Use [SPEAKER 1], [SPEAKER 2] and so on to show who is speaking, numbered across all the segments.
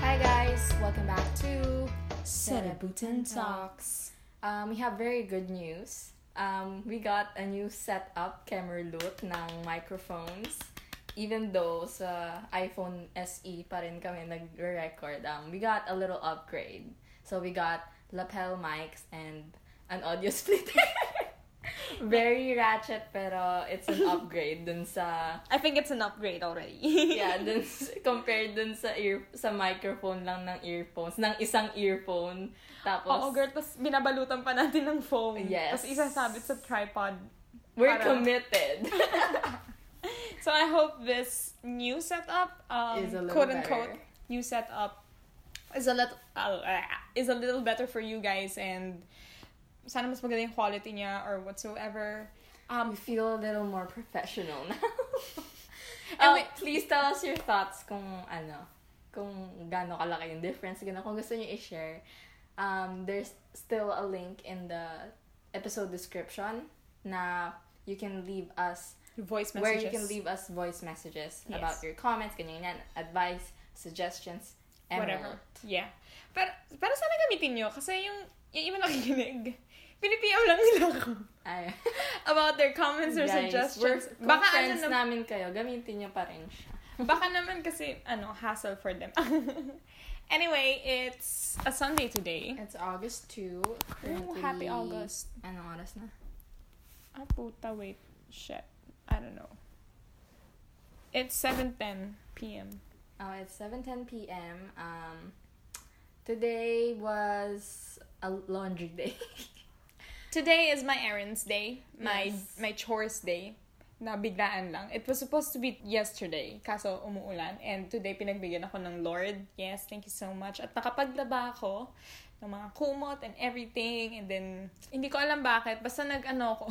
[SPEAKER 1] guys, welcome back to
[SPEAKER 2] Sarabutan
[SPEAKER 1] Talks. Um, we have very good news. Um, we got a new setup camera look ng microphones. Even though sa iPhone SE pa rin kami nag-record, um, we got a little upgrade. So we got lapel mics and an audio splitter. very ratchet pero it's an upgrade dun sa
[SPEAKER 2] I think it's an upgrade already.
[SPEAKER 1] yeah, dun, s- compared dun sa ear, sa microphone lang ng earphones, ng isang earphone. Tapos,
[SPEAKER 2] Oo, girl. Tapos binabalutan pa natin ng foam.
[SPEAKER 1] Yes.
[SPEAKER 2] Tapos isasabit sa tripod.
[SPEAKER 1] we're
[SPEAKER 2] parang-
[SPEAKER 1] committed.
[SPEAKER 2] So I hope this new setup, um,
[SPEAKER 1] Is a little
[SPEAKER 2] quote unquote,
[SPEAKER 1] better.
[SPEAKER 2] new setup is a little uh, is a little better for you guys and sana mas maganda yung quality niya or whatsoever.
[SPEAKER 1] we Um, feel a little more professional now.
[SPEAKER 2] And
[SPEAKER 1] Um,
[SPEAKER 2] wait-
[SPEAKER 1] please tell us your thoughts kung ano, kung gaano kalaki yung difference. Ganun, kung gusto niyo i-share, um, there's still a link in the episode description na you can leave us
[SPEAKER 2] Voice messages.
[SPEAKER 1] where you can leave us voice messages
[SPEAKER 2] Yes.
[SPEAKER 1] about your comments, ganyan, ganyan, advice, suggestions, and
[SPEAKER 2] whatever. Yeah. Pero, pero sana gamitin nyo kasi yung, yung iba nakikinig, pinipiyam lang nila ako
[SPEAKER 1] Ay,
[SPEAKER 2] about their comments or
[SPEAKER 1] guys, we're,
[SPEAKER 2] suggestions.
[SPEAKER 1] baka
[SPEAKER 2] Baka ano
[SPEAKER 1] friends
[SPEAKER 2] na-
[SPEAKER 1] namin kayo, gamitin nyo pa rin siya.
[SPEAKER 2] Baka naman kasi, ano, hassle for them. anyway, it's a Sunday today.
[SPEAKER 1] It's August 2.
[SPEAKER 2] Ooh, happy August.
[SPEAKER 1] Anong oras na?
[SPEAKER 2] Ah, puta, wait. Shit. I don't know. It's 7.10 p.m.
[SPEAKER 1] Oh, it's 7.10 p.m. Um, today was a laundry day.
[SPEAKER 2] Today is my errands day. My
[SPEAKER 1] Yes.
[SPEAKER 2] my chores day. Na biglaan lang. It was supposed to be yesterday. Kaso umuulan. And today pinagbigyan ako ng Lord. Yes, thank you so much. At nakapaglaba ako ng mga kumot and everything. And then, hindi ko alam bakit. Basta nag-ano ako.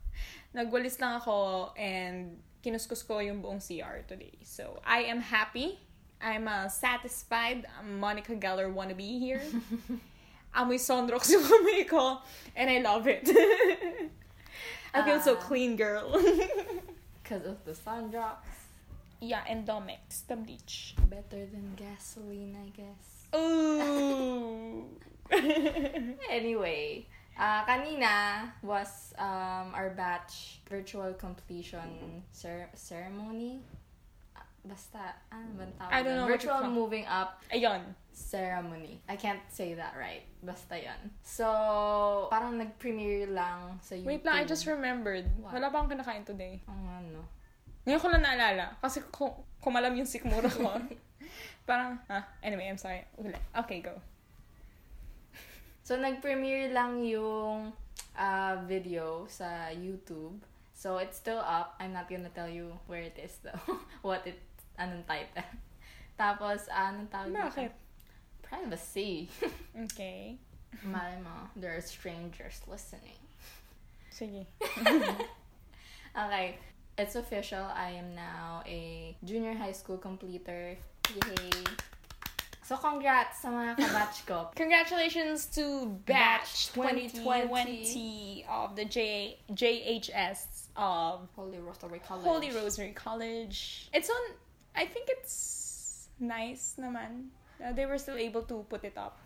[SPEAKER 2] Nagwalis lang ako and kinuskus ko yung buong CR today. So, I am happy. I'm uh, satisfied. I'm Monica Geller wannabe here. Amoy sunrox yung kamay ko. And I love it. I feel so
[SPEAKER 1] Ah.
[SPEAKER 2] clean, girl.
[SPEAKER 1] Because of the sun drops.
[SPEAKER 2] yeah, and Domex, the bleach.
[SPEAKER 1] Better than gasoline, I guess.
[SPEAKER 2] Ooh.
[SPEAKER 1] Anyway, uh, kanina was um, our batch virtual completion cer- ceremony. Ah, Basta, ano ba ang tawag
[SPEAKER 2] I don't
[SPEAKER 1] doon?
[SPEAKER 2] know what
[SPEAKER 1] Virtual
[SPEAKER 2] it's called.
[SPEAKER 1] moving up
[SPEAKER 2] Ayun.
[SPEAKER 1] ceremony. I can't say that right. Basta yon. So, parang nag-premiere lang sa YouTube.
[SPEAKER 2] Wait lang, I just remembered.
[SPEAKER 1] What?
[SPEAKER 2] Wala pa akong kinakain today.
[SPEAKER 1] Ang ano.
[SPEAKER 2] Ngayon ko lang naalala. Kasi ku- kumalam yung sikmura ko. Parang, ah, anyway, I'm sorry. Ulit. Okay, go.
[SPEAKER 1] So, nag-premiere lang yung uh, video sa YouTube. So, it's still up. I'm not gonna tell you where it is though. What it, anong title. Tapos, ah, anong tawag dito?
[SPEAKER 2] Bakit?
[SPEAKER 1] Privacy.
[SPEAKER 2] Okay.
[SPEAKER 1] Malay mo, there are strangers listening.
[SPEAKER 2] Sige.
[SPEAKER 1] Okay, it's official. I am now a junior high school completer. Yay! So, congrats sa mga kabatch ko.
[SPEAKER 2] Congratulations to
[SPEAKER 1] Batch
[SPEAKER 2] Batch 2020 of the J- JHS of
[SPEAKER 1] Holy Rosary College.
[SPEAKER 2] Holy Rosary College. It's on, I think it's nice naman. Uh, they were still able to put it up.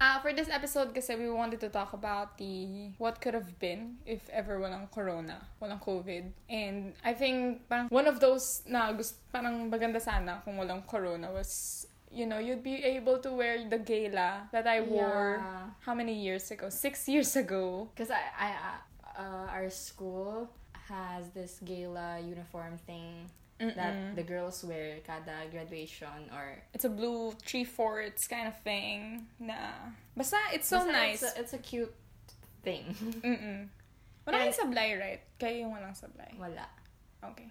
[SPEAKER 2] Uh, for this episode kasi we wanted to talk about the what could have been if ever walang corona, walang COVID. And I think parang one of those na gusto, parang maganda sana kung walang corona was, you know, you'd be able to wear the gala that I wore
[SPEAKER 1] Yeah.
[SPEAKER 2] how many years ago? Six years ago.
[SPEAKER 1] Because I, I, uh, our school has this gala uniform thing that the girls wear kada graduation or
[SPEAKER 2] It's a blue three fourths kind of thing. Nah. Basta, it's so
[SPEAKER 1] Basta
[SPEAKER 2] nice.
[SPEAKER 1] It's a, it's a cute thing.
[SPEAKER 2] Mm-mm. Wala
[SPEAKER 1] And-
[SPEAKER 2] kayong sablay, right? Kayo yung walang sablay.
[SPEAKER 1] Wala.
[SPEAKER 2] Okay.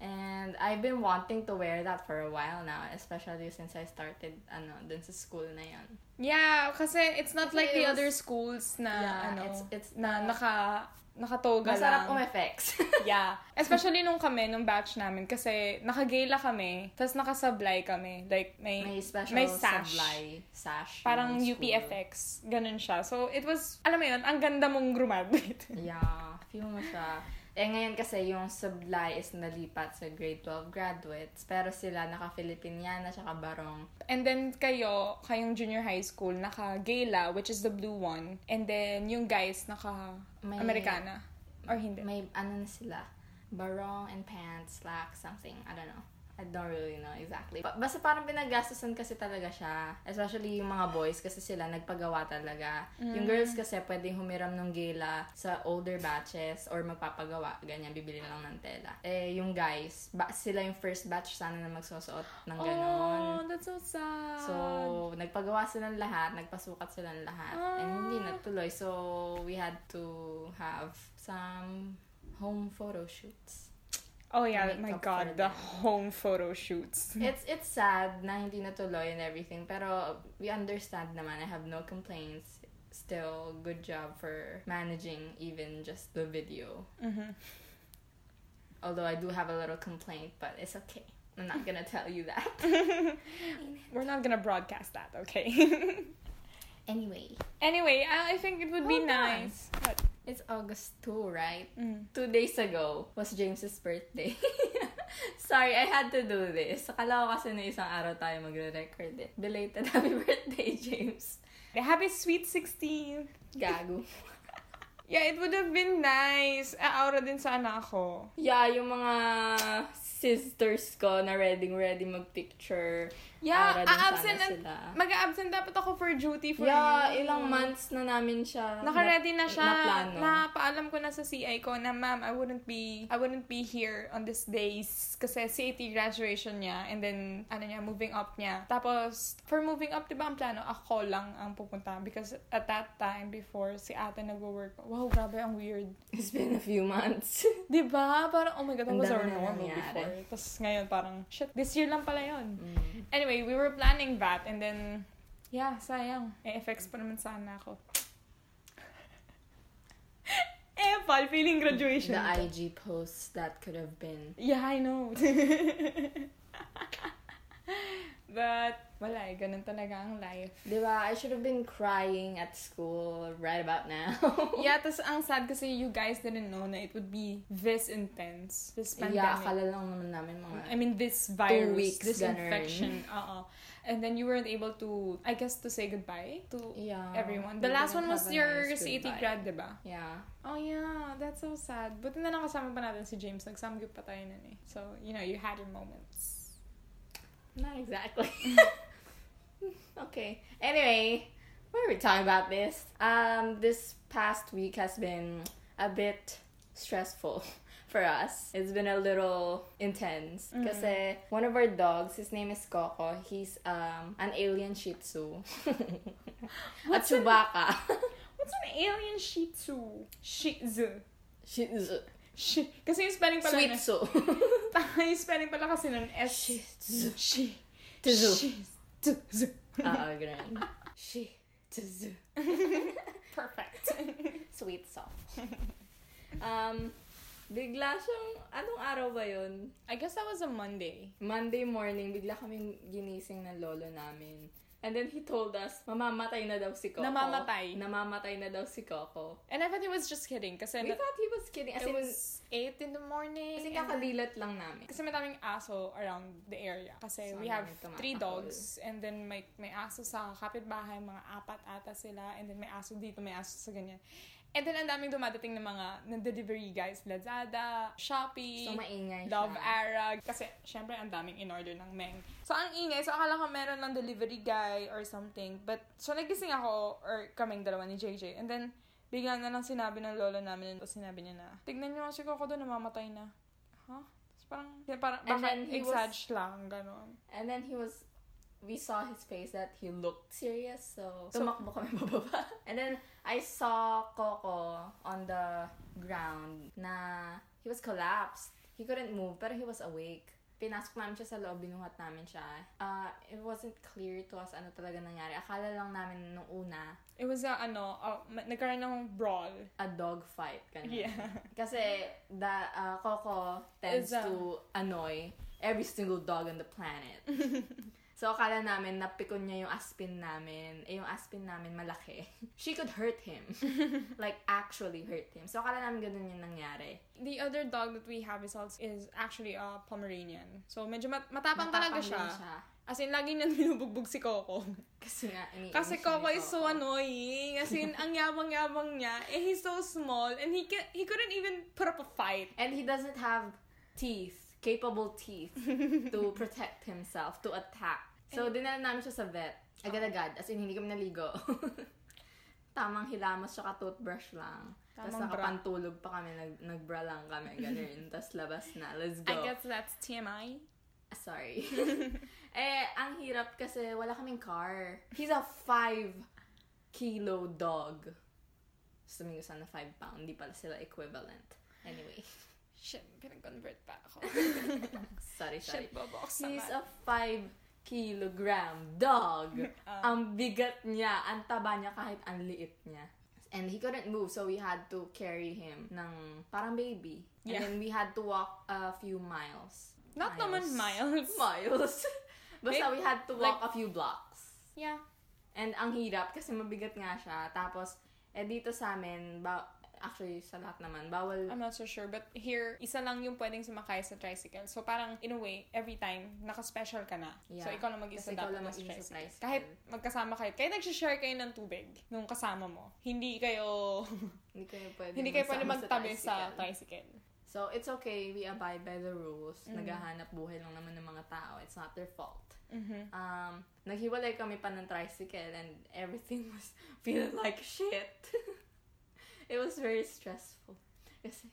[SPEAKER 1] And I've been wanting to wear that for a while now, especially since I started ano dun sa school na yon.
[SPEAKER 2] Yeah, kasi it's not like
[SPEAKER 1] Kasi
[SPEAKER 2] the
[SPEAKER 1] it was-
[SPEAKER 2] other schools na,
[SPEAKER 1] Yeah,
[SPEAKER 2] ano,
[SPEAKER 1] it's- it's
[SPEAKER 2] na
[SPEAKER 1] not-
[SPEAKER 2] naka, nakatoga
[SPEAKER 1] Masarap
[SPEAKER 2] lang.
[SPEAKER 1] umefex.
[SPEAKER 2] yeah. Especially nung kami, nung batch namin, kasi nakagala kami, tapos nakasablay kami. Like, may,
[SPEAKER 1] May special
[SPEAKER 2] may sash.
[SPEAKER 1] sablay sash.
[SPEAKER 2] Parang
[SPEAKER 1] ng school.
[SPEAKER 2] UPFX. Ganun siya. So, it was, alam mo yun, ang ganda mong graduate.
[SPEAKER 1] Yeah. Fume mo siya. Eh ngayon kasi yung Sublay is nalipat sa grade 12 graduates. Pero sila naka-Filipiniana tsaka barong.
[SPEAKER 2] And then kayo, kayong junior high school, naka-gala, which is the blue one. And then yung guys,
[SPEAKER 1] May-
[SPEAKER 2] naka-americana. Or hindi.
[SPEAKER 1] May ano na sila. Barong and pants, slack, something. I don't know. I don't really know exactly. Ba- Basta parang pinagastusan kasi talaga siya. Especially yung mga boys kasi sila nagpagawa talaga. Yung
[SPEAKER 2] Mm.
[SPEAKER 1] girls kasi pwede humiram ng gala sa older batches or magpapagawa. Ganyan, bibili na lang ng tela. Eh, yung guys, ba- sila yung first batch sana na magsusuot ng ganon.
[SPEAKER 2] Oh, that's so sad.
[SPEAKER 1] So, nagpagawa silang lahat, nagpasukat silang lahat. And hindi natuloy. So, we had to have some home photo shoots.
[SPEAKER 2] oh yeah,
[SPEAKER 1] make
[SPEAKER 2] my
[SPEAKER 1] up for
[SPEAKER 2] God, the
[SPEAKER 1] them.
[SPEAKER 2] home photo shoots.
[SPEAKER 1] It's it's sad na hindi natuloy and everything, pero we understand naman. I have no complaints. Still, good job for managing even just the video.
[SPEAKER 2] Mhm.
[SPEAKER 1] Although I do have a little complaint, but it's okay. I'm not gonna tell you that.
[SPEAKER 2] We're not gonna broadcast that, okay?
[SPEAKER 1] Anyway,
[SPEAKER 2] anyway, uh, I, I think it would be
[SPEAKER 1] Hold on.
[SPEAKER 2] Oh, nice. But,
[SPEAKER 1] it's August 2, right?
[SPEAKER 2] mm.
[SPEAKER 1] two days ago was James's birthday. Sorry, I had to do this. Akala ko kasi na isang araw tayo magre-record eh. Belated happy birthday, James.
[SPEAKER 2] Happy sweet 16.
[SPEAKER 1] Gago.
[SPEAKER 2] Yeah, it would have been nice. Aura din sana ako.
[SPEAKER 1] Yeah, yung mga sisters ko na ready-ready mag-picture.
[SPEAKER 2] Yeah,
[SPEAKER 1] Para din
[SPEAKER 2] a-absent
[SPEAKER 1] sana
[SPEAKER 2] na-
[SPEAKER 1] sila.
[SPEAKER 2] Mag-absent dapat ako for duty for
[SPEAKER 1] yeah,
[SPEAKER 2] you.
[SPEAKER 1] ilang months na namin siya.
[SPEAKER 2] Naka-ready na siya.
[SPEAKER 1] Naplano.
[SPEAKER 2] Napaalam ko na sa CI ko na, ma'am, I wouldn't be, I wouldn't be here on this days kasi CAT graduation niya and then, ano niya, moving up niya. Tapos, for moving up, di ba, ang plano, ako lang ang pupunta because at that time, before, si ate nagwo-work. Wow, grabe, ang weird.
[SPEAKER 1] It's been a few months.
[SPEAKER 2] Di ba? Parang, oh my God, that
[SPEAKER 1] Ang
[SPEAKER 2] was
[SPEAKER 1] dami
[SPEAKER 2] our
[SPEAKER 1] na
[SPEAKER 2] normal
[SPEAKER 1] nangyari.
[SPEAKER 2] before. Tapos ngayon, parang, shit, this year lang pala yun.
[SPEAKER 1] Mm.
[SPEAKER 2] Anyway, we were planning that and then yeah, sayang. Eh, FX pa naman sana ako. eh, pal, feeling graduation.
[SPEAKER 1] The IG posts that could have been.
[SPEAKER 2] Yeah, I know. But, wala eh, ganun talaga ang life.
[SPEAKER 1] Diba, I should have been crying at school right about now.
[SPEAKER 2] Yeah, tas ang sad kasi you guys didn't know na it would be this intense. This
[SPEAKER 1] Yeah,
[SPEAKER 2] pandemic.
[SPEAKER 1] akala lang naman namin mga...
[SPEAKER 2] I mean, this virus,
[SPEAKER 1] weeks,
[SPEAKER 2] this
[SPEAKER 1] ganun.
[SPEAKER 2] infection. Uh-uh. And then you weren't able to, I guess, to say goodbye to
[SPEAKER 1] yeah.
[SPEAKER 2] everyone. The
[SPEAKER 1] we
[SPEAKER 2] last
[SPEAKER 1] didn't
[SPEAKER 2] one
[SPEAKER 1] have
[SPEAKER 2] was
[SPEAKER 1] a
[SPEAKER 2] your
[SPEAKER 1] nice
[SPEAKER 2] CAT
[SPEAKER 1] goodbye.
[SPEAKER 2] grad, di ba?
[SPEAKER 1] Yeah.
[SPEAKER 2] Oh yeah, that's so sad. Buti na lang kasama pa natin si James. Nagsamgyup pa tayo nun eh. So, you know, you had your moments.
[SPEAKER 1] Not exactly. okay. Anyway, why are we talking about this? Um, this past week has been a bit stressful for us. It's been a little intense. Because one of our dogs, his name is Coco, he's um an alien Shih Tzu. a
[SPEAKER 2] What's an-
[SPEAKER 1] Chewbacca.
[SPEAKER 2] What's an alien Shih Tzu? Shih Tzu.
[SPEAKER 1] Shih Tzu.
[SPEAKER 2] Shi. Kasi yung spelling pala
[SPEAKER 1] Sweet
[SPEAKER 2] na,
[SPEAKER 1] Tzu.
[SPEAKER 2] yung spelling pala kasi nun S.
[SPEAKER 1] Shih Tzu.
[SPEAKER 2] Shi.
[SPEAKER 1] Tzu.
[SPEAKER 2] Shih Tzu.
[SPEAKER 1] Oo, ganun. Shih Tzu.
[SPEAKER 2] Perfect.
[SPEAKER 1] Sweet soft. um, bigla siyang, anong araw ba yun?
[SPEAKER 2] I guess that was a Monday.
[SPEAKER 1] Monday morning, bigla kaming ginising ng lolo namin. And then he told us, mamamatay na daw si Coco.
[SPEAKER 2] Namamatay.
[SPEAKER 1] Namamatay na daw si Coco.
[SPEAKER 2] And I thought he was just kidding. Kasi
[SPEAKER 1] We
[SPEAKER 2] na-
[SPEAKER 1] thought he was kidding. As in,
[SPEAKER 2] it was 8 in the morning.
[SPEAKER 1] kasi
[SPEAKER 2] and-
[SPEAKER 1] kakalilat lang namin.
[SPEAKER 2] Kasi madaming aso around the area. Kasi
[SPEAKER 1] So,
[SPEAKER 2] we
[SPEAKER 1] ang
[SPEAKER 2] have
[SPEAKER 1] daming
[SPEAKER 2] three
[SPEAKER 1] tumatakol.
[SPEAKER 2] dogs. And then may, may aso sa kapitbahay. Mga apat ata sila. And then may aso dito, may aso sa ganyan. And then ang daming dumadating ng mga ng delivery guys. Lazada, Shopee,
[SPEAKER 1] So, maingay
[SPEAKER 2] Love
[SPEAKER 1] siya.
[SPEAKER 2] Arag. Kasi syempre ang daming in-order ng Meng. So ang ingay. So akala ko meron ng delivery guy or something. But so nagising ako or kaming dalawa ni JJ. And then bigla na lang sinabi ng lolo namin. Tapos sinabi niya na, tignan niyo kasi ko doon, namamatay na. Huh? Tapos parang, yeah, parang,
[SPEAKER 1] And
[SPEAKER 2] baka
[SPEAKER 1] then he was-
[SPEAKER 2] exage lang, gano'n.
[SPEAKER 1] And then he was, we saw his face that he looked serious, so,
[SPEAKER 2] So-
[SPEAKER 1] tumakbo kami bababa. And then, I saw Coco on the ground na he was collapsed. He couldn't move, pero he was awake. Pinasok namin siya sa loob, binuhat namin siya. Uh, it wasn't clear to us ano talaga nangyari. Akala lang namin nung una,
[SPEAKER 2] It was a, ano, uh, ma- nagkaroon ng brawl.
[SPEAKER 1] a dog fight. Ganun.
[SPEAKER 2] Yeah.
[SPEAKER 1] Kasi the uh, Coco tends
[SPEAKER 2] Is, uh,
[SPEAKER 1] to annoy every single dog on the planet. So, akala namin napikon niya yung aspin namin. Eh, yung aspin namin malaki. She could hurt him. like, actually hurt him. So, akala namin ganun yung nangyari.
[SPEAKER 2] The other dog that we have is also is actually a Pomeranian. So, medyo mat- matapang, talaga
[SPEAKER 1] Matapang
[SPEAKER 2] siya.
[SPEAKER 1] din siya.
[SPEAKER 2] As in, lagi niya binubugbog si Coco.
[SPEAKER 1] Kasi nga, iniinis
[SPEAKER 2] Kasi
[SPEAKER 1] siya ni
[SPEAKER 2] Coco is so ano- annoying. As in, ang yabang-yabang niya. And he's so small. And he, ca- he couldn't even put up a fight.
[SPEAKER 1] And he doesn't have teeth, capable teeth, to protect himself, to attack. So, dinala namin siya sa vet.
[SPEAKER 2] Oh.
[SPEAKER 1] Agad-agad. As in, hindi kami naligo. Tamang hilamos siya ka-toothbrush lang. Tapos
[SPEAKER 2] Tamang bra.
[SPEAKER 1] nakapantulog pa kami, nag, nagbra lang kami, ganun. Tapos labas na, let's go. Ah,
[SPEAKER 2] I guess that's TMI.
[SPEAKER 1] Sorry. eh, ang hirap kasi wala kaming car. He's a 5 kilo dog. Sabi ko sana 5 pound, di pala sila equivalent. Anyway,
[SPEAKER 2] Shit, pinag-convert pa ako.
[SPEAKER 1] sorry, sorry.
[SPEAKER 2] Shit, bobox
[SPEAKER 1] He's
[SPEAKER 2] naman.
[SPEAKER 1] a 5 kilogram dog. ang bigat niya, ang taba niya kahit ang liit niya. And he couldn't move, so we had to carry him ng parang baby. And
[SPEAKER 2] Yeah.
[SPEAKER 1] then we had to walk a few miles.
[SPEAKER 2] Not naman miles.
[SPEAKER 1] Miles. Basta
[SPEAKER 2] Like-
[SPEAKER 1] we had to walk a few blocks.
[SPEAKER 2] Yeah.
[SPEAKER 1] And ang hirap kasi mabigat nga siya. Tapos, eh dito sa amin, ba- actually sa lahat naman, bawal
[SPEAKER 2] I'm not so sure, but here, isa lang yung pwedeng sumakay sa tricycle. So, parang, in a way, every time, naka-special ka na.
[SPEAKER 1] Yeah.
[SPEAKER 2] So, ikaw lang
[SPEAKER 1] Kasi
[SPEAKER 2] mag-isa
[SPEAKER 1] ikaw
[SPEAKER 2] dapat
[SPEAKER 1] lang
[SPEAKER 2] na
[SPEAKER 1] mag-isa
[SPEAKER 2] tricycle.
[SPEAKER 1] sa tricycle.
[SPEAKER 2] Kahit magkasama kayo, kahit nagsishare kayo ng tubig nung kasama mo, hindi kayo,
[SPEAKER 1] hindi kayo pwede
[SPEAKER 2] hindi kayo pwede
[SPEAKER 1] magsama
[SPEAKER 2] magtabi sa
[SPEAKER 1] tricycle.
[SPEAKER 2] tricycle.
[SPEAKER 1] So, it's okay. We abide by the rules.
[SPEAKER 2] Mm.
[SPEAKER 1] Naghahanap buhay lang naman ng mga tao. It's not their fault. Um, naghiwalay kami pa ng tricycle and everything was feeling like shit. it was very stressful. Kasi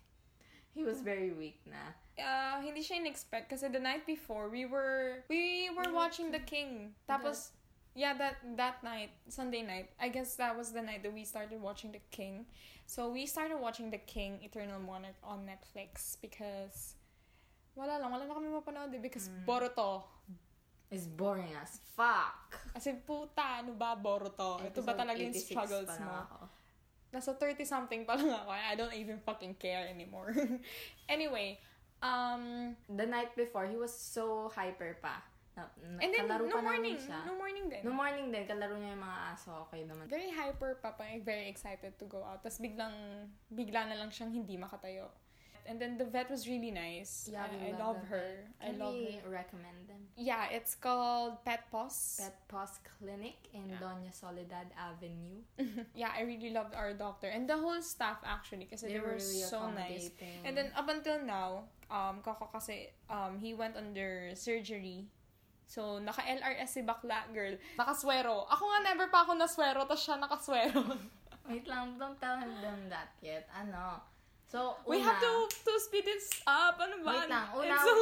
[SPEAKER 1] he was very weak na.
[SPEAKER 2] Uh, hindi siya in-expect kasi the night before, we were, we were watching The King. Tapos, yeah, that, that night, Sunday night, I guess that was the night that we started watching The King. So, we started watching The King, Eternal Monarch on Netflix because wala lang, wala na kami mapanood eh because
[SPEAKER 1] Mm.
[SPEAKER 2] Boruto.
[SPEAKER 1] It's boring as fuck.
[SPEAKER 2] As in, puta, ano ba Boruto? Oh, Ito ba
[SPEAKER 1] Episode
[SPEAKER 2] talaga yung
[SPEAKER 1] 86
[SPEAKER 2] struggles
[SPEAKER 1] pa lang
[SPEAKER 2] mo?
[SPEAKER 1] ako.
[SPEAKER 2] Nasa 30 something pa lang ako. and I don't even fucking care anymore. anyway, um,
[SPEAKER 1] The night before, he was so hyper pa. Na, na,
[SPEAKER 2] and then,
[SPEAKER 1] kalaro
[SPEAKER 2] no
[SPEAKER 1] pa namin
[SPEAKER 2] morning.
[SPEAKER 1] siya.
[SPEAKER 2] No morning din.
[SPEAKER 1] No morning din, kalaro niya yung mga aso. Okay naman.
[SPEAKER 2] Very hyper pa, parang very excited to go out. Tapos biglang, bigla na lang siyang hindi makatayo. And then the vet was really nice.
[SPEAKER 1] Yeah, we
[SPEAKER 2] I, I
[SPEAKER 1] love
[SPEAKER 2] love
[SPEAKER 1] the
[SPEAKER 2] her. I
[SPEAKER 1] Can
[SPEAKER 2] love
[SPEAKER 1] we
[SPEAKER 2] her.
[SPEAKER 1] recommend them?
[SPEAKER 2] Yeah, it's called Pet Paws.
[SPEAKER 1] Pet Paws Clinic in
[SPEAKER 2] Yeah.
[SPEAKER 1] Doña Soledad Avenue.
[SPEAKER 2] Yeah, I really loved our doctor and the whole staff actually because they, were so nice.
[SPEAKER 1] accommodating.
[SPEAKER 2] And then up until now, um, Coco kasi, um, he went under surgery. So, naka-LRS si bakla, girl. Nakaswero. Ako nga never pa ako naswero, tapos siya nakaswero.
[SPEAKER 1] wait lang, don't tell him them that yet. Ano? So, una,
[SPEAKER 2] We have to to speed this up. Ano ba?
[SPEAKER 1] Wait lang. Una-
[SPEAKER 2] It's so...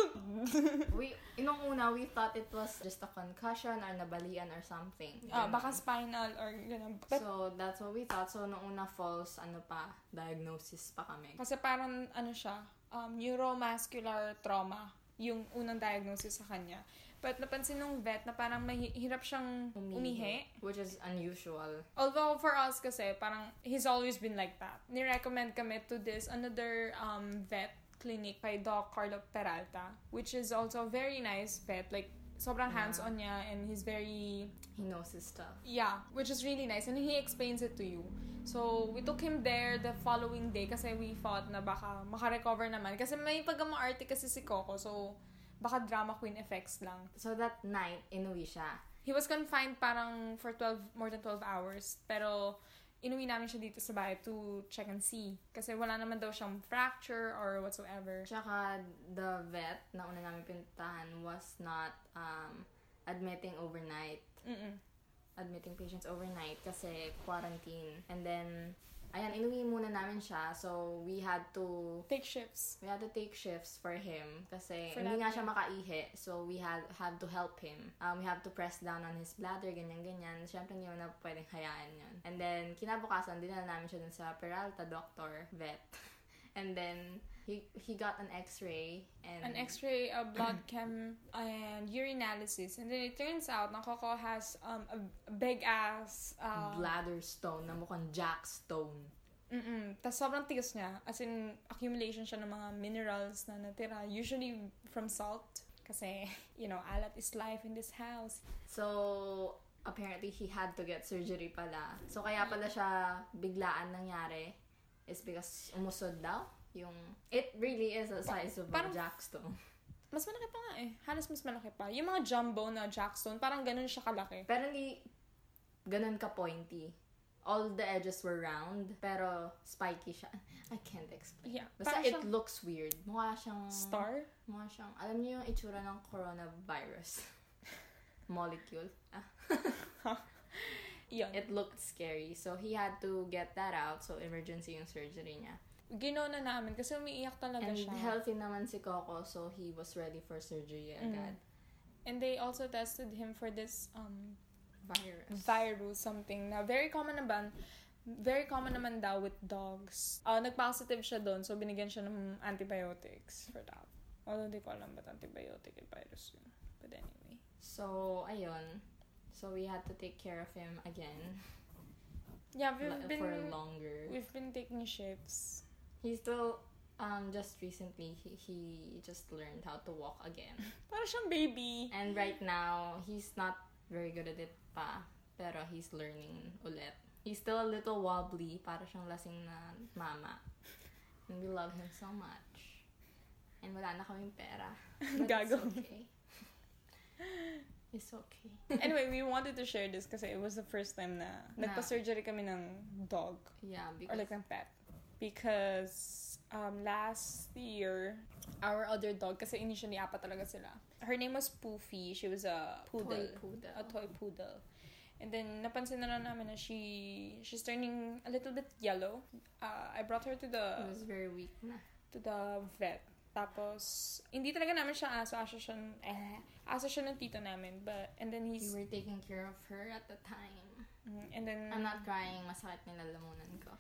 [SPEAKER 1] we, inong una, we thought it was just a concussion or nabalian or something.
[SPEAKER 2] Ah,
[SPEAKER 1] Ganun.
[SPEAKER 2] baka spinal or ganun. But,
[SPEAKER 1] so, that's what we thought. So, nung una, false, ano pa, diagnosis pa kami.
[SPEAKER 2] kasi parang ano siya, um, neuromuscular trauma yung unang diagnosis sa kanya. But napansin nung vet na parang mahirap siyang umihi.
[SPEAKER 1] Which is unusual.
[SPEAKER 2] Although for us kasi, parang he's always been like that. Ni-recommend kami to this another um, vet clinic by Doc Carlo Peralta, which is also a very nice vet. Like, sobrang
[SPEAKER 1] Yeah.
[SPEAKER 2] hands-on niya and he's very,
[SPEAKER 1] He knows his stuff.
[SPEAKER 2] yeah, which is really nice. And he explains it to you. So, we took him there the following day kasi we thought na baka makarecover naman. Kasi may pagkamaarte kasi si Coco, so baka drama queen effects lang.
[SPEAKER 1] So, that night, inuwi siya.
[SPEAKER 2] He was confined parang for 12, more than 12 hours. Pero, inuwi namin siya dito sa bahay to check and see. Kasi wala naman daw siyang fracture or whatsoever.
[SPEAKER 1] Tsaka the vet na una namin pinuntahan was not um, admitting overnight.
[SPEAKER 2] Mm-mm.
[SPEAKER 1] Admitting patients overnight kasi quarantine. And then, ayan, inuwi muna namin siya. So, we had to
[SPEAKER 2] Take shifts.
[SPEAKER 1] we had to take shifts for him kasi
[SPEAKER 2] For
[SPEAKER 1] hindi nga
[SPEAKER 2] that
[SPEAKER 1] siya makaihi. So, we had, had to help him. Um, we had to press down on his bladder, ganyan-ganyan. Siyempre, hindi mo na pwedeng hayaan yun. And then, kinabukasan, dinala namin siya dun sa Peralta doctor, vet. And then, he he got an x-ray. And
[SPEAKER 2] An x-ray, a blood chem, and urine analysis. And then it turns out na Coco has um, a big ass... Uh,
[SPEAKER 1] bladder stone na mukhang jack stone.
[SPEAKER 2] Mm-mm. Tapos sobrang tigas niya. As in, accumulation siya ng mga minerals na natira. Usually from salt. Kasi, you know, alat is life in this house.
[SPEAKER 1] So, apparently, he had to get surgery pala. So, kaya pala siya biglaan nangyari is because umusod daw yung... It really is the size of a
[SPEAKER 2] parang-
[SPEAKER 1] jackstone.
[SPEAKER 2] Mas malaki pa nga eh. Halos mas malaki pa. Yung mga jumbo na jackstone, parang ganun siya kalaki.
[SPEAKER 1] Apparently, ganun ka pointy. All the edges were round, pero spiky siya. I can't explain.
[SPEAKER 2] Yeah.
[SPEAKER 1] Basta
[SPEAKER 2] Parang
[SPEAKER 1] it Mm.
[SPEAKER 2] siyang
[SPEAKER 1] looks weird. Mukha siyang...
[SPEAKER 2] star.
[SPEAKER 1] Mukha siyang... Alam niyo yung itsura ng coronavirus. Molecule. Ah.
[SPEAKER 2] Yun.
[SPEAKER 1] It looked scary. So, he had to get that out. So, emergency yung surgery niya.
[SPEAKER 2] Ginaw na namin kasi umiiyak talaga
[SPEAKER 1] And
[SPEAKER 2] siya.
[SPEAKER 1] healthy naman si Coco, so he was ready for surgery
[SPEAKER 2] Mm.
[SPEAKER 1] agad.
[SPEAKER 2] And they also tested him for this um,
[SPEAKER 1] Virus.
[SPEAKER 2] virus something na very common naman very common naman daw with dogs. Uh, nag-positive siya doon, so binigyan siya ng antibiotics for that. Although di ko alam ba't antibiotic and virus yun. But anyway.
[SPEAKER 1] So, ayun. So, we had to take care of him again
[SPEAKER 2] Yeah,
[SPEAKER 1] lo-
[SPEAKER 2] we've been,
[SPEAKER 1] for longer.
[SPEAKER 2] we've been taking shifts.
[SPEAKER 1] He still, um, just recently, he, he just learned how to walk again.
[SPEAKER 2] Para siyang baby.
[SPEAKER 1] And right now, he's not very good at it pa. Pero he's learning ulit. He's still a little wobbly. Para siyang lasing na mama. And we love him so much. And wala na kaming pera. But
[SPEAKER 2] Gago.
[SPEAKER 1] It's okay. It's okay.
[SPEAKER 2] anyway, we wanted to share this kasi it was the first time na
[SPEAKER 1] Na.
[SPEAKER 2] nagpa-surgery kami ng dog.
[SPEAKER 1] Yeah,
[SPEAKER 2] or
[SPEAKER 1] because...
[SPEAKER 2] like ng pet. Because um, last year, our other dog, kasi initially apat talaga sila. Her name was Poofy. She was a poodle.
[SPEAKER 1] Toy poodle.
[SPEAKER 2] A toy poodle. And then, napansin na lang namin na she, she's turning a little bit yellow. Uh, I brought her to
[SPEAKER 1] He
[SPEAKER 2] the,
[SPEAKER 1] was very weak na.
[SPEAKER 2] to the vet. Tapos, hindi talaga namin siya aso. Aso siya, n- eh, aso siya ng tito namin. But, and then
[SPEAKER 1] We
[SPEAKER 2] he's,
[SPEAKER 1] were taking care of her at the time.
[SPEAKER 2] Mm, and then,
[SPEAKER 1] I'm not crying. Masakit nilalamunan ko.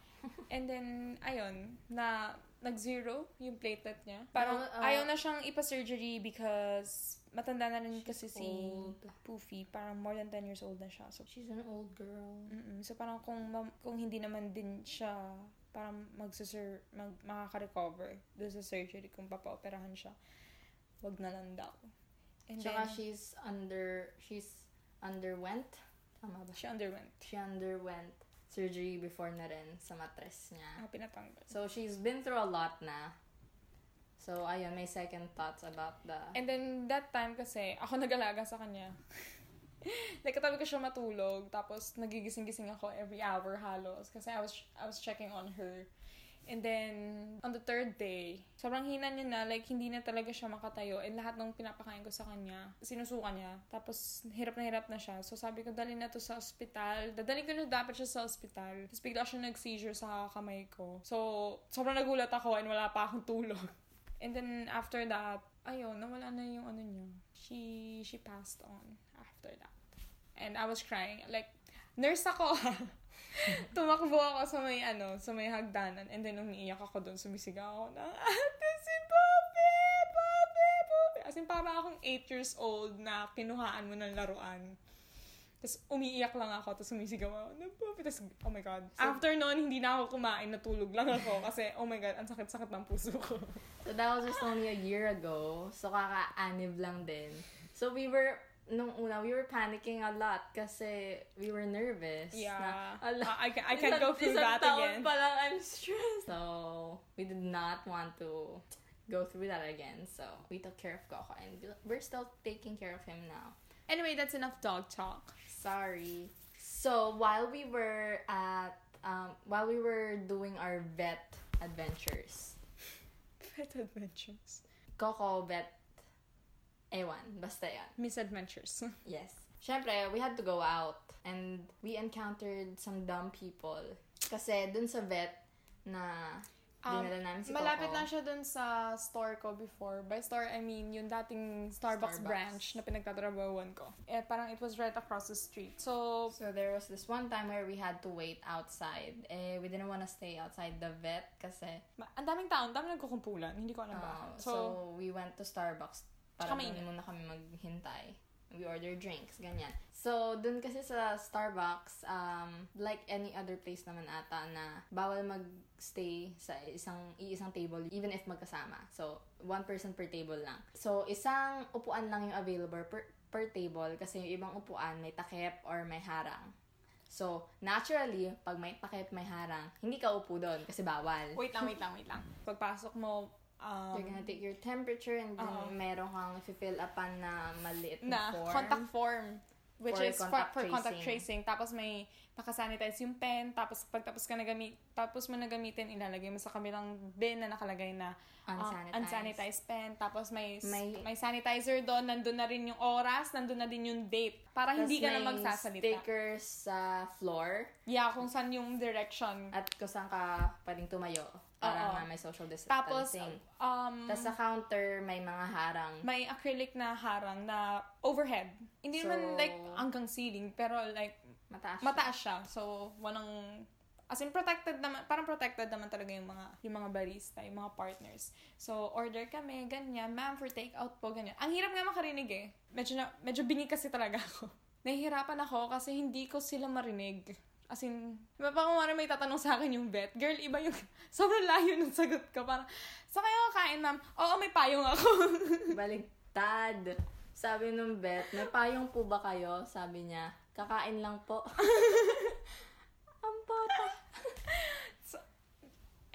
[SPEAKER 2] And then, ayun, na nag-zero yung platelet niya. Parang
[SPEAKER 1] Pero, uh,
[SPEAKER 2] ayaw na siyang ipa-surgery because matanda na rin kasi si
[SPEAKER 1] old.
[SPEAKER 2] Poofy. Parang more than 10 years old na siya. So,
[SPEAKER 1] She's an old girl.
[SPEAKER 2] mm so parang kung, ma- kung hindi naman din siya parang magsasur, mag, makaka-recover doon sa surgery kung papaoperahan siya, wag na lang daw. And
[SPEAKER 1] Tsaka
[SPEAKER 2] then, she,
[SPEAKER 1] she's under... She's underwent? Tama ba?
[SPEAKER 2] underwent.
[SPEAKER 1] she underwent surgery before na rin sa matres niya.
[SPEAKER 2] Ah, pinatanggal.
[SPEAKER 1] So, she's been through a lot na. So, ayun, may second thoughts about the...
[SPEAKER 2] And then, that time kasi, ako nag-alaga sa kanya. like, katabi ko siya matulog. Tapos, nagigising-gising ako every hour halos. Kasi I was, I was checking on her. And then, on the third day, sobrang hina niya na. Like, hindi na talaga siya makatayo. And lahat ng pinapakain ko sa kanya, sinusuka niya. Tapos, hirap na hirap na siya. So, sabi ko, dali na to sa ospital. Dadali ko na dapat siya sa ospital. Tapos, bigla siya nag-seizure sa kamay ko. So, sobrang nagulat ako and wala pa akong tulog. And then after that, ayun, nawala na yung ano niya. She she passed on after that. And I was crying. Like, nurse ako. ah. Tumakbo ako sa may ano, sa may hagdanan. And then umiiyak ako doon, sumisigaw ako na, Ate si Poppy! Poppy! Poppy! As in, para akong 8 years old na kinuhaan mo ng laruan. Tapos umiiyak lang ako, tapos sumisigaw ako, na Poppy! Tapos, oh my God. After noon, hindi na ako kumain, natulog lang ako. Kasi, oh my God, ang sakit-sakit ng puso ko.
[SPEAKER 1] So, that was just only a year ago. So, kaka-anib lang din. So, we were... Nung una, we were panicking a lot kasi we were nervous.
[SPEAKER 2] Yeah.
[SPEAKER 1] Na, ala,
[SPEAKER 2] Uh, I, can, I can't go through
[SPEAKER 1] isang
[SPEAKER 2] that uh,
[SPEAKER 1] taon
[SPEAKER 2] again.
[SPEAKER 1] pa lang, I'm stressed. So, we did not want to go through that again. So, we took care of Coco and we're still taking care of him now.
[SPEAKER 2] Anyway, that's enough dog talk.
[SPEAKER 1] Sorry. So while we were at um, while we were doing our vet adventures,
[SPEAKER 2] Pet adventures.
[SPEAKER 1] Coco vet, ewan, basta yan.
[SPEAKER 2] Misadventures.
[SPEAKER 1] Yes. Siyempre, we had to go out and we encountered some dumb people. Kasi dun sa vet na dinala namin si
[SPEAKER 2] Um, malapit
[SPEAKER 1] Coco.
[SPEAKER 2] lang siya dun sa store ko before. By store, I mean yung dating Starbucks,
[SPEAKER 1] Starbucks.
[SPEAKER 2] branch na pinagtatrabawan ko. Eh, parang it was right across the street. So,
[SPEAKER 1] So there was this one time where we had to wait outside. Eh, we didn't want to stay outside the vet eh, kasi
[SPEAKER 2] ma- ang daming tao, ang daming nagkukumpulan. Hindi ko
[SPEAKER 1] Oo,
[SPEAKER 2] alam bakit.
[SPEAKER 1] Ah, so,
[SPEAKER 2] Ah, So,
[SPEAKER 1] we went to Starbucks para
[SPEAKER 2] Tsaka
[SPEAKER 1] doon
[SPEAKER 2] mainit.
[SPEAKER 1] muna kami maghintay. we order drinks, ganyan. So, dun kasi sa Starbucks, um, like any other place naman ata na bawal magstay sa isang iisang table even if magkasama. So, one person per table lang. So, isang upuan lang yung available per, per table kasi yung ibang upuan may takip or may harang. So, naturally, pag may takip, may harang, hindi ka upo doon kasi bawal.
[SPEAKER 2] Wait lang, wait lang, wait lang. Pagpasok mo, um,
[SPEAKER 1] You're gonna take your temperature and then
[SPEAKER 2] Oo.
[SPEAKER 1] meron kang fill upan na ah, maliit na,
[SPEAKER 2] na
[SPEAKER 1] form.
[SPEAKER 2] contact form which
[SPEAKER 1] For
[SPEAKER 2] is for,
[SPEAKER 1] contact
[SPEAKER 2] for contact
[SPEAKER 1] tracing.
[SPEAKER 2] tracing tapos may nakasanitize yung pen tapos pagtapos ka nagamit tapos mo nagamitin ilalagay mo sa kabilang bin na nakalagay na uh,
[SPEAKER 1] Unsanitized.
[SPEAKER 2] unsanitized pen tapos may s-
[SPEAKER 1] May-
[SPEAKER 2] may, sanitizer doon nandun na rin yung oras nandun na din yung date para
[SPEAKER 1] Tapos
[SPEAKER 2] hindi ka na
[SPEAKER 1] may
[SPEAKER 2] magsasalita
[SPEAKER 1] stickers sa floor
[SPEAKER 2] yeah kung saan yung direction
[SPEAKER 1] at kung saan ka pwedeng tumayo para
[SPEAKER 2] Oo.
[SPEAKER 1] nga may social
[SPEAKER 2] tapos
[SPEAKER 1] distancing.
[SPEAKER 2] um
[SPEAKER 1] Tapos sa counter, may mga harang.
[SPEAKER 2] may acrylic na harang na overhead hindi
[SPEAKER 1] So-
[SPEAKER 2] naman like hanggang ceiling pero like
[SPEAKER 1] Mataas.
[SPEAKER 2] mataas siya. So, walang As in, protected naman, parang protected naman talaga yung mga, yung mga barista, yung mga partners. So, order kami, ganyan, ma'am, for takeout po, ganyan. Ang hirap nga makarinig eh. Medyo, na, medyo bingi kasi talaga ako. Nahihirapan ako kasi hindi ko sila marinig. As in, iba pa kung parang may tatanong sa akin yung vet. Girl, iba yung, sobrang layo ng sagot ko. Parang, sa kayo kakain, ma'am? Oo, may payong ako.
[SPEAKER 1] Baligtad. Sabi nung bet, may payong po ba kayo? Sabi niya, kakain lang po. Ang bata.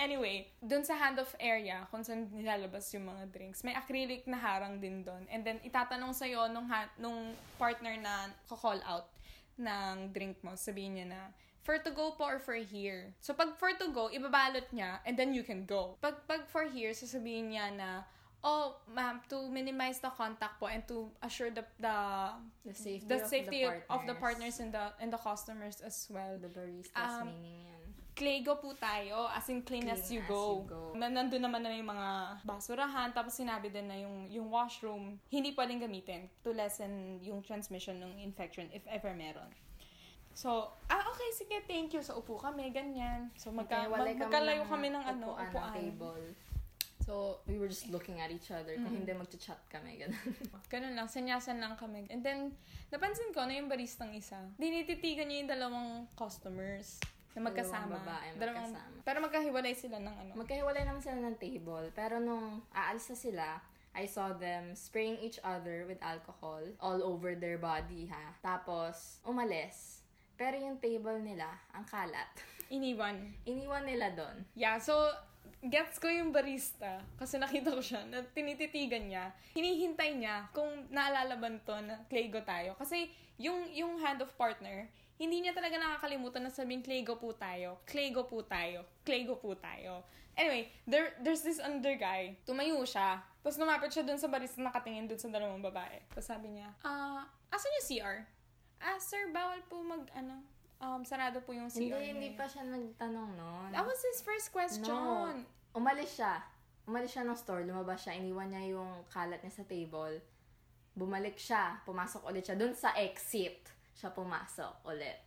[SPEAKER 2] Anyway, dun sa handoff area, kung saan nilalabas yung mga drinks, may acrylic na harang din dun. And then, itatanong sa'yo nung, ha- nung partner na call out ng drink mo, sabihin niya na, for to go po or for here. So, pag for to go, ibabalot niya, and then you can go. Pag, pag for here, sasabihin niya na, oh, ma'am, to minimize the contact po and to assure the, the,
[SPEAKER 1] The safety,
[SPEAKER 2] the safety
[SPEAKER 1] of, the
[SPEAKER 2] of the partners and the, and the customers as well.
[SPEAKER 1] The baristas
[SPEAKER 2] Um,
[SPEAKER 1] meaning yan.
[SPEAKER 2] Clego po tayo, as in clean,
[SPEAKER 1] Clean
[SPEAKER 2] as, you,
[SPEAKER 1] as
[SPEAKER 2] go.
[SPEAKER 1] you go.
[SPEAKER 2] Na, nandun naman na yung mga basurahan, tapos sinabi din na yung, yung washroom, hindi pwedeng gamitin to lessen yung transmission ng infection if ever meron. So, ah, okay, sige, thank you. So, upo kami, ganyan. So, magka,
[SPEAKER 1] Magkaiwalay
[SPEAKER 2] mag, magkalayo kami ng ano,
[SPEAKER 1] upuan ng
[SPEAKER 2] upuan.
[SPEAKER 1] table.
[SPEAKER 2] So,
[SPEAKER 1] We were just looking at each other.
[SPEAKER 2] Mm.
[SPEAKER 1] Kung hindi, magchat kami. Ganun.
[SPEAKER 2] ganun lang, sanyasan lang kami. And then, napansin ko na yung baristang isa, dinititigan niya yung dalawang customers na magkasama.
[SPEAKER 1] Dalawang babae,
[SPEAKER 2] Dalawang-
[SPEAKER 1] magkasama.
[SPEAKER 2] Pero magkahiwalay sila ng ano.
[SPEAKER 1] Magkahiwalay naman sila ng table. Pero nung aalis na sila, I saw them spraying each other with alcohol all over their body, ha? Tapos, umalis. Pero yung table nila, ang kalat.
[SPEAKER 2] iniwan.
[SPEAKER 1] Iniwan nila doon.
[SPEAKER 2] Yeah, so gets ko yung barista kasi nakita ko siya na tinititigan niya. Hinihintay niya kung naalalaban to na Clego tayo. Kasi yung, yung hand of partner, hindi niya talaga nakakalimutan na sabing Clego po tayo, Clego po tayo, Clego po tayo. Anyway, there, there's this under guy. Tumayo siya. Tapos lumapit siya dun sa barista nakatingin dun sa dalawang babae. Tapos sabi niya, ah, asan yung CR? Ah, sir, bawal po mag, ano, um, sarado po yung CR.
[SPEAKER 1] Hindi,
[SPEAKER 2] ngayon."
[SPEAKER 1] hindi pa siya nagtanong noon.
[SPEAKER 2] That was his first question.
[SPEAKER 1] No. Umalis siya. Umalis siya ng store, lumabas siya, iniwan niya yung kalat niya sa table. Bumalik siya, pumasok ulit siya. Doon sa exit, siya pumasok ulit.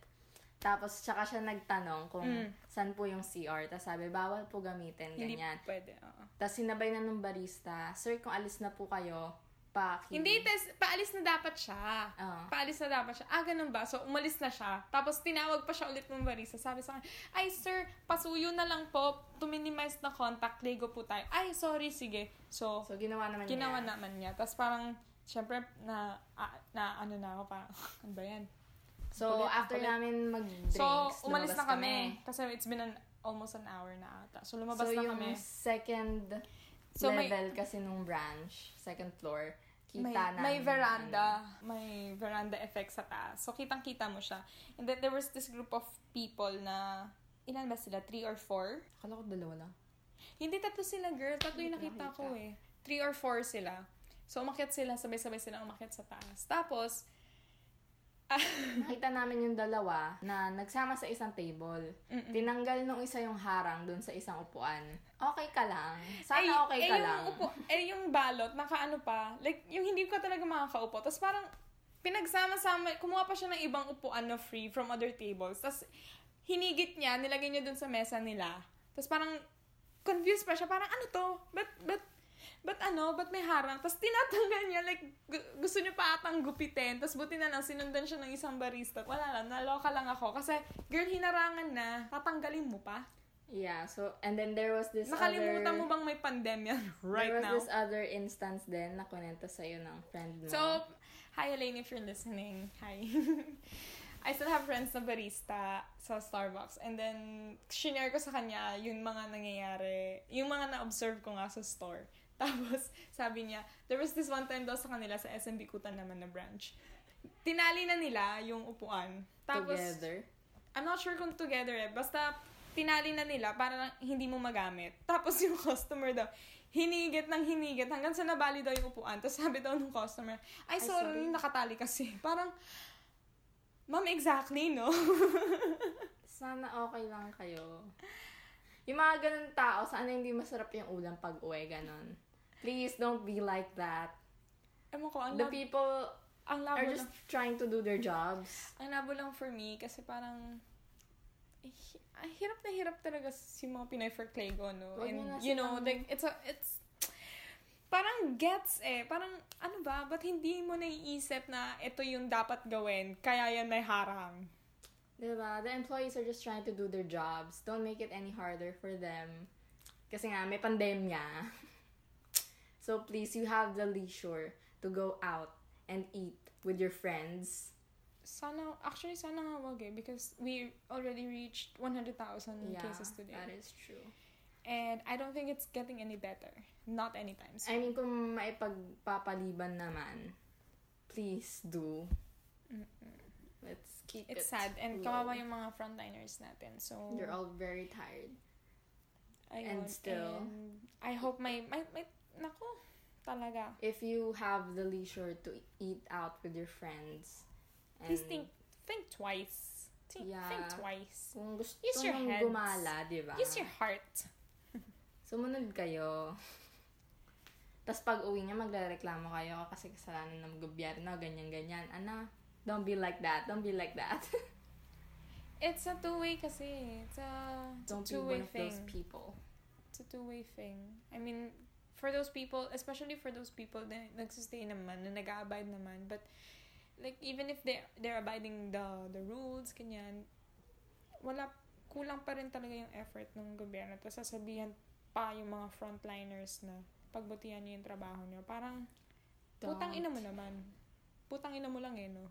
[SPEAKER 1] Tapos, tsaka siya nagtanong kung saan po yung CR. Tapos sabi, bawal po gamitin,
[SPEAKER 2] Mm. Hindi
[SPEAKER 1] ganyan.
[SPEAKER 2] pwede. oo.
[SPEAKER 1] Tapos sinabay na nung barista, Sir, kung alis na po kayo, paki...
[SPEAKER 2] Hindi, tes, paalis na dapat siya.
[SPEAKER 1] Oo.
[SPEAKER 2] Paalis na dapat siya. Ah, ganun ba? So, umalis na siya. Tapos, tinawag pa siya ulit ng barista. Sabi sa akin, ay, sir, pasuyo na lang po. To minimize na contact, lego po tayo. Ay, sorry, sige. So, ano
[SPEAKER 1] So, ginawa naman
[SPEAKER 2] ginawa
[SPEAKER 1] niya.
[SPEAKER 2] naman niya. Tapos, parang, syempre, na, ah, na ano na ako, parang, ano ba yan?
[SPEAKER 1] So,
[SPEAKER 2] Kulit,
[SPEAKER 1] after
[SPEAKER 2] kulit.
[SPEAKER 1] namin mag-drinks,
[SPEAKER 2] So,
[SPEAKER 1] lumabas
[SPEAKER 2] umalis na kami. Kasi it's been an, almost an hour na ata. So,
[SPEAKER 1] so,
[SPEAKER 2] lumabas na
[SPEAKER 1] yung
[SPEAKER 2] kami.
[SPEAKER 1] second
[SPEAKER 2] So, may-
[SPEAKER 1] level kasi nung branch, second floor, kita
[SPEAKER 2] may,
[SPEAKER 1] namin.
[SPEAKER 2] may
[SPEAKER 1] yung
[SPEAKER 2] veranda.
[SPEAKER 1] ano.
[SPEAKER 2] May veranda effect sa taas. So, kitang-kita mo siya. And then, there was this group of people na, ilan ba sila? Three or four?
[SPEAKER 1] Akala ko dalawa lang.
[SPEAKER 2] Hindi, tatlo sila, girl. Tatlo yung
[SPEAKER 1] Hindi ko
[SPEAKER 2] nakita ko
[SPEAKER 1] nakita.
[SPEAKER 2] eh. Three or four sila. So, umakyat sila. Sabay-sabay sila umakyat sa taas. Tapos,
[SPEAKER 1] Nakita namin yung dalawa na nagsama sa isang table. Tinanggal nung isa yung harang dun sa isang upuan. Okay ka lang. Sana
[SPEAKER 2] eh,
[SPEAKER 1] okay
[SPEAKER 2] eh,
[SPEAKER 1] ka
[SPEAKER 2] yung
[SPEAKER 1] lang.
[SPEAKER 2] Upo, eh, yung balot, nakaano pa. Like, yung hindi ko talaga makakaupo. Tapos parang, pinagsama-sama, kumuha pa siya ng ibang upuan na free from other tables. Tapos, hinigit niya, nilagay niya dun sa mesa nila. Tapos parang, confused pa siya. Parang, ano to? Ba't, ba't, But ano, ba't may harang? Tapos tinatanggal niya, like, gu- gusto niya pa atang gupitin. Tapos buti na lang, sinundan siya ng isang barista. Wala lang, naloka lang ako. Kasi, girl, hinarangan na. Tatanggalin mo pa.
[SPEAKER 1] Yeah, so, and then there was this
[SPEAKER 2] Nakalimutan
[SPEAKER 1] other...
[SPEAKER 2] mo bang may pandemya right
[SPEAKER 1] there was
[SPEAKER 2] now?
[SPEAKER 1] this other instance din na kunento sa'yo ng friend mo.
[SPEAKER 2] So, hi Elaine if you're listening. Hi. I still have friends na barista sa Starbucks. And then, shinare ko sa kanya yung mga nangyayari, yung mga na-observe ko nga sa store. Tapos, sabi niya, there was this one time daw sa kanila sa SMB Kutan naman na branch. Tinali na nila yung upuan. Tapos,
[SPEAKER 1] together.
[SPEAKER 2] I'm not sure kung together eh. Basta, tinali na nila para lang hindi mo magamit. Tapos yung customer daw, hinigit ng hinigit hanggang sa nabali daw yung upuan. Tapos sabi daw ng customer,
[SPEAKER 1] Ay,
[SPEAKER 2] ay, sorry,
[SPEAKER 1] sorry."
[SPEAKER 2] nakatali kasi. Parang, ma'am, exactly, no?
[SPEAKER 1] Sana okay lang kayo. Yung mga ganun tao, sana hindi masarap yung ulam pag uwi, ganun. Please don't be like that.
[SPEAKER 2] Ewan ko, ang,
[SPEAKER 1] The
[SPEAKER 2] lab- Ah,
[SPEAKER 1] people
[SPEAKER 2] ang labo
[SPEAKER 1] are
[SPEAKER 2] lang.
[SPEAKER 1] just trying to do their jobs.
[SPEAKER 2] Ang labo lang for me kasi parang, hi- ah, hirap na hirap talaga si mga Pinoy for Clego, no?
[SPEAKER 1] Wag mo
[SPEAKER 2] And,
[SPEAKER 1] na
[SPEAKER 2] you know,
[SPEAKER 1] silang-
[SPEAKER 2] like, it's a, it's, parang gets eh. Parang, ano ba, ba't hindi mo naiisip na ito yung dapat gawin, kaya yan may harang.
[SPEAKER 1] Diba? The employees are just trying to do their jobs. Don't make it any harder for them. Kasi nga, may pandemya. So please, you have the leisure to go out and eat with your friends.
[SPEAKER 2] Sana, actually, sana nga wag eh, because we already reached 100,000
[SPEAKER 1] Yeah,
[SPEAKER 2] Mm, cases today.
[SPEAKER 1] that is true.
[SPEAKER 2] And I don't think it's getting any better. Not anytime soon.
[SPEAKER 1] I mean, kung maipagpapaliban naman, please do. Let's keep
[SPEAKER 2] It's
[SPEAKER 1] it
[SPEAKER 2] sad. And
[SPEAKER 1] low.
[SPEAKER 2] kawawa yung mga frontliners natin. So,
[SPEAKER 1] They're all very tired. And
[SPEAKER 2] Ayun,
[SPEAKER 1] still-
[SPEAKER 2] and I hope may, may, may, nako, talaga.
[SPEAKER 1] If you have the leisure to eat out with your friends, and
[SPEAKER 2] Please think, think twice. Think,
[SPEAKER 1] Yeah. Ah.
[SPEAKER 2] think twice.
[SPEAKER 1] Kung gusto
[SPEAKER 2] Use your
[SPEAKER 1] mong
[SPEAKER 2] heads.
[SPEAKER 1] gumala, di ba?
[SPEAKER 2] Use your heart.
[SPEAKER 1] Sumunod kayo. Tapos pag uwi niya, magrereklamo kayo kasi kasalanan ng gobyerno, ganyan-ganyan. Ana, don't be like that. Don't be like that.
[SPEAKER 2] It's a two-way kasi. It's a, it's a
[SPEAKER 1] don't be one
[SPEAKER 2] two-way
[SPEAKER 1] of those
[SPEAKER 2] thing.
[SPEAKER 1] people.
[SPEAKER 2] It's a two-way thing. I mean, for those people, especially for those people na nagsustay naman, na nag-abide naman, but like even if they they're abiding the the rules, kanyan, wala kulang pa rin talaga yung effort ng gobyerno. Tapos sasabihan pa yung mga frontliners na pagbutihan niyo yung trabaho niyo. Parang, putang ina mo naman. Putang ina mo lang eh, no?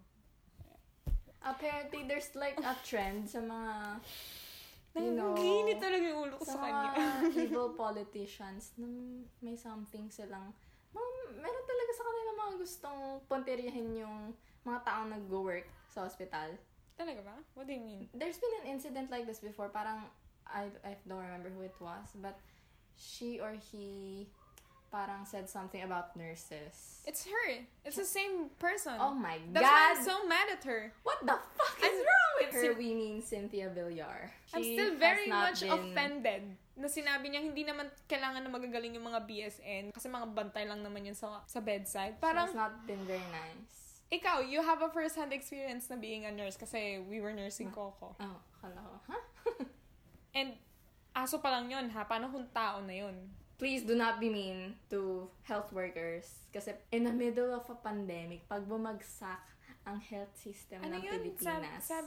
[SPEAKER 1] Apparently, there's like a trend sa mga, you know,
[SPEAKER 2] Nanginginit talaga yung ulo ko
[SPEAKER 1] sa
[SPEAKER 2] sa
[SPEAKER 1] mga
[SPEAKER 2] kanya.
[SPEAKER 1] evil politicians na may something silang, ma- meron talaga sa kanila mga gustong punteriyahin yung mga taong nag-work sa hospital.
[SPEAKER 2] Talaga ba? What do you mean?
[SPEAKER 1] There's been an incident like this before, parang, I, I don't remember who it was, but she or he parang said something about nurses.
[SPEAKER 2] It's her. It's the same person.
[SPEAKER 1] oh my
[SPEAKER 2] That's why
[SPEAKER 1] god!
[SPEAKER 2] I'm so mad at her.
[SPEAKER 1] What the fuck is
[SPEAKER 2] I'm-
[SPEAKER 1] wrong with
[SPEAKER 2] it's-
[SPEAKER 1] her? We mean Cynthia Villar.
[SPEAKER 2] I'm
[SPEAKER 1] She
[SPEAKER 2] still
[SPEAKER 1] has
[SPEAKER 2] very
[SPEAKER 1] not
[SPEAKER 2] much
[SPEAKER 1] been-
[SPEAKER 2] offended na sinabi niya hindi naman kailangan na magagaling yung mga BSN kasi mga bantay lang naman yun sa, sa bedside.
[SPEAKER 1] Parang, she
[SPEAKER 2] Parang,
[SPEAKER 1] has not been very nice.
[SPEAKER 2] ikaw, you have a first-hand experience na being a nurse kasi we were nursing Coco.
[SPEAKER 1] Oh, kala ko. Huh?
[SPEAKER 2] And aso pa lang yun ha, paano kung tao na yun?
[SPEAKER 1] Please do not be mean to health workers. Kasi in the middle of a pandemic, pag bumagsak ang health system
[SPEAKER 2] Ano
[SPEAKER 1] ng
[SPEAKER 2] yun? Sab,
[SPEAKER 1] Pilipinas,
[SPEAKER 2] sab,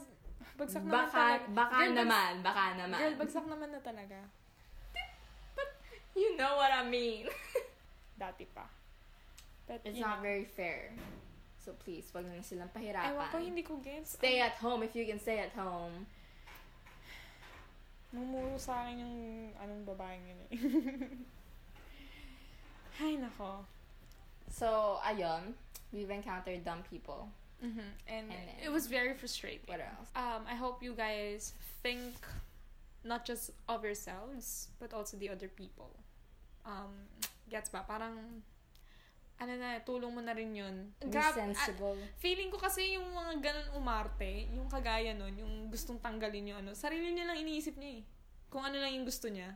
[SPEAKER 2] bagsak naman
[SPEAKER 1] baka,
[SPEAKER 2] talaga.
[SPEAKER 1] baka
[SPEAKER 2] Girl, bags-
[SPEAKER 1] naman, baka naman.
[SPEAKER 2] Girl, bagsak naman na talaga.
[SPEAKER 1] you know what I mean.
[SPEAKER 2] Dati pa. But,
[SPEAKER 1] It's
[SPEAKER 2] you
[SPEAKER 1] not
[SPEAKER 2] know,
[SPEAKER 1] very fair. So please, wag na silang
[SPEAKER 2] Ewan ko,
[SPEAKER 1] pahirapan.
[SPEAKER 2] hindi ko gets.
[SPEAKER 1] Stay at home if you can stay at home.
[SPEAKER 2] Mumuro sa akin yung anong babaeng yun eh. Ay, nako.
[SPEAKER 1] So, ayun. We've encountered dumb people.
[SPEAKER 2] Mhm. And,
[SPEAKER 1] And then-
[SPEAKER 2] it was very frustrating.
[SPEAKER 1] What else?
[SPEAKER 2] Um, I hope you guys think not just of yourselves, but also the other people. Um, gets ba? Parang, ano na, tulong mo na rin yun.
[SPEAKER 1] Be
[SPEAKER 2] Grab-
[SPEAKER 1] sensible.
[SPEAKER 2] Feeling ko kasi yung mga ganun umarte, yung kagaya nun, yung gustong tanggalin yung ano, sarili niya lang iniisip niya eh. Kung ano lang yung gusto niya.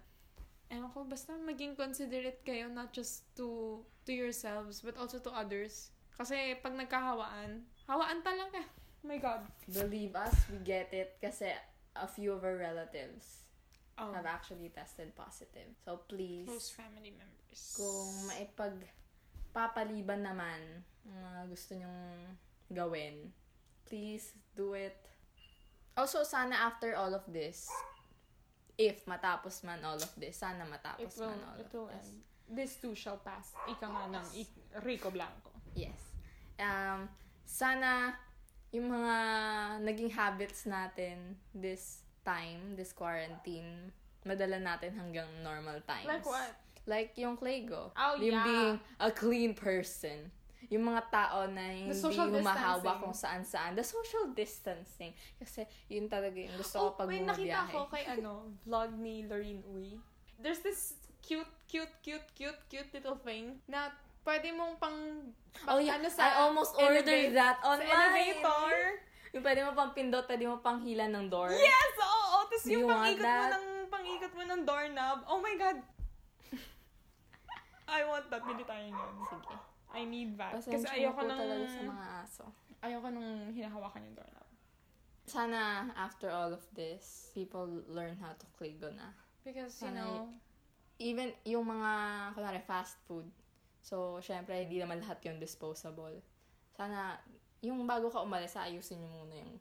[SPEAKER 2] Ewan ko, basta maging considerate kayo not just to to yourselves, but also to others. Kasi pag nagkahawaan, hawaan talaga. Oh my God.
[SPEAKER 1] Believe us, we get it. Kasi a few of our relatives
[SPEAKER 2] Oh.
[SPEAKER 1] have actually tested positive. So please,
[SPEAKER 2] Close family members.
[SPEAKER 1] kung maipagpapaliban naman ang mga gusto nyong gawin, please do it. Also, sana after all of this, if matapos man all of this, sana
[SPEAKER 2] It
[SPEAKER 1] matapos
[SPEAKER 2] will,
[SPEAKER 1] man all
[SPEAKER 2] it
[SPEAKER 1] of
[SPEAKER 2] will
[SPEAKER 1] this.
[SPEAKER 2] end. This too shall pass. Ika nga ng I- Rico Blanco.
[SPEAKER 1] Yes. Um, sana yung mga naging habits natin this time, this quarantine, madala natin hanggang normal times.
[SPEAKER 2] Like what?
[SPEAKER 1] Like yung Clego.
[SPEAKER 2] Oh,
[SPEAKER 1] yung
[SPEAKER 2] yeah.
[SPEAKER 1] being a clean person. Yung mga tao na hindi
[SPEAKER 2] social
[SPEAKER 1] humahawa
[SPEAKER 2] distancing.
[SPEAKER 1] kung saan-saan. The social distancing. Kasi yun talaga yung gusto ko pag
[SPEAKER 2] wait, Oh, nakita
[SPEAKER 1] bumabiyahe.
[SPEAKER 2] ko kay ano, vlog ni Lorene Uy. There's this cute, cute, cute, cute, cute little thing na pwede mong pang...
[SPEAKER 1] Oh, yeah.
[SPEAKER 2] ano
[SPEAKER 1] I almost ordered
[SPEAKER 2] elevate-
[SPEAKER 1] that
[SPEAKER 2] Sa
[SPEAKER 1] online.
[SPEAKER 2] elevator.
[SPEAKER 1] Yung pwede mo pang pindot, pwede mo pang hila ng door.
[SPEAKER 2] Yes! Oo! Oh, Tapos
[SPEAKER 1] Do you
[SPEAKER 2] yung
[SPEAKER 1] want
[SPEAKER 2] pangikot mo
[SPEAKER 1] that?
[SPEAKER 2] ng, pangikot mo ng doorknob. Oh my God! I want that. Bili tayo yun.
[SPEAKER 1] Sige.
[SPEAKER 2] I need that. Kasi
[SPEAKER 1] Pasensya na
[SPEAKER 2] ayoko
[SPEAKER 1] po
[SPEAKER 2] nang...
[SPEAKER 1] talaga sa mga aso.
[SPEAKER 2] Ayoko nung hinahawakan yung doorknob.
[SPEAKER 1] Sana after all of this, people learn how to kligo na.
[SPEAKER 2] Because, you
[SPEAKER 1] Sana
[SPEAKER 2] know...
[SPEAKER 1] Even yung mga, kunwari, fast food. So, syempre, hindi naman lahat yung disposable. Sana, yung bago ka umalis, ayusin nyo muna yung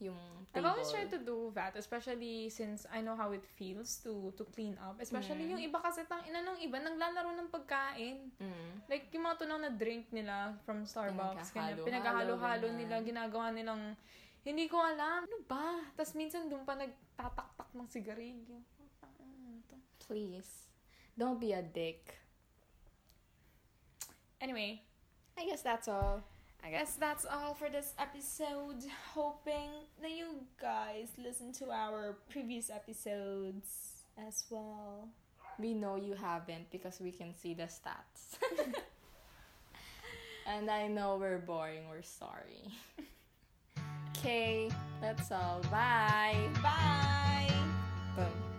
[SPEAKER 1] yung
[SPEAKER 2] I've
[SPEAKER 1] table.
[SPEAKER 2] always tried to do that, especially since I know how it feels to to clean up. Especially yung iba kasi, tang ina nung iba, naglalaro ng pagkain.
[SPEAKER 1] Mm.
[SPEAKER 2] Like, yung mga tunaw na drink nila from Starbucks, kanya,
[SPEAKER 1] Pinagkahalo-halo,
[SPEAKER 2] pinaghalo-halo
[SPEAKER 1] ganyan.
[SPEAKER 2] nila, ginagawa nilang, hindi ko alam, ano ba? Tapos minsan doon pa nagtataktak ng sigarilyo. ano Ang tanga nito.
[SPEAKER 1] Please. Don't be a dick.
[SPEAKER 2] Anyway,
[SPEAKER 1] I guess that's all.
[SPEAKER 2] I guess that's all for this episode. Hoping that you guys listen to our previous episodes as well.
[SPEAKER 1] We know you haven't because we can see the stats. and I know we're boring, we're sorry. Okay, that's all. Bye.
[SPEAKER 2] Bye!
[SPEAKER 1] Boom.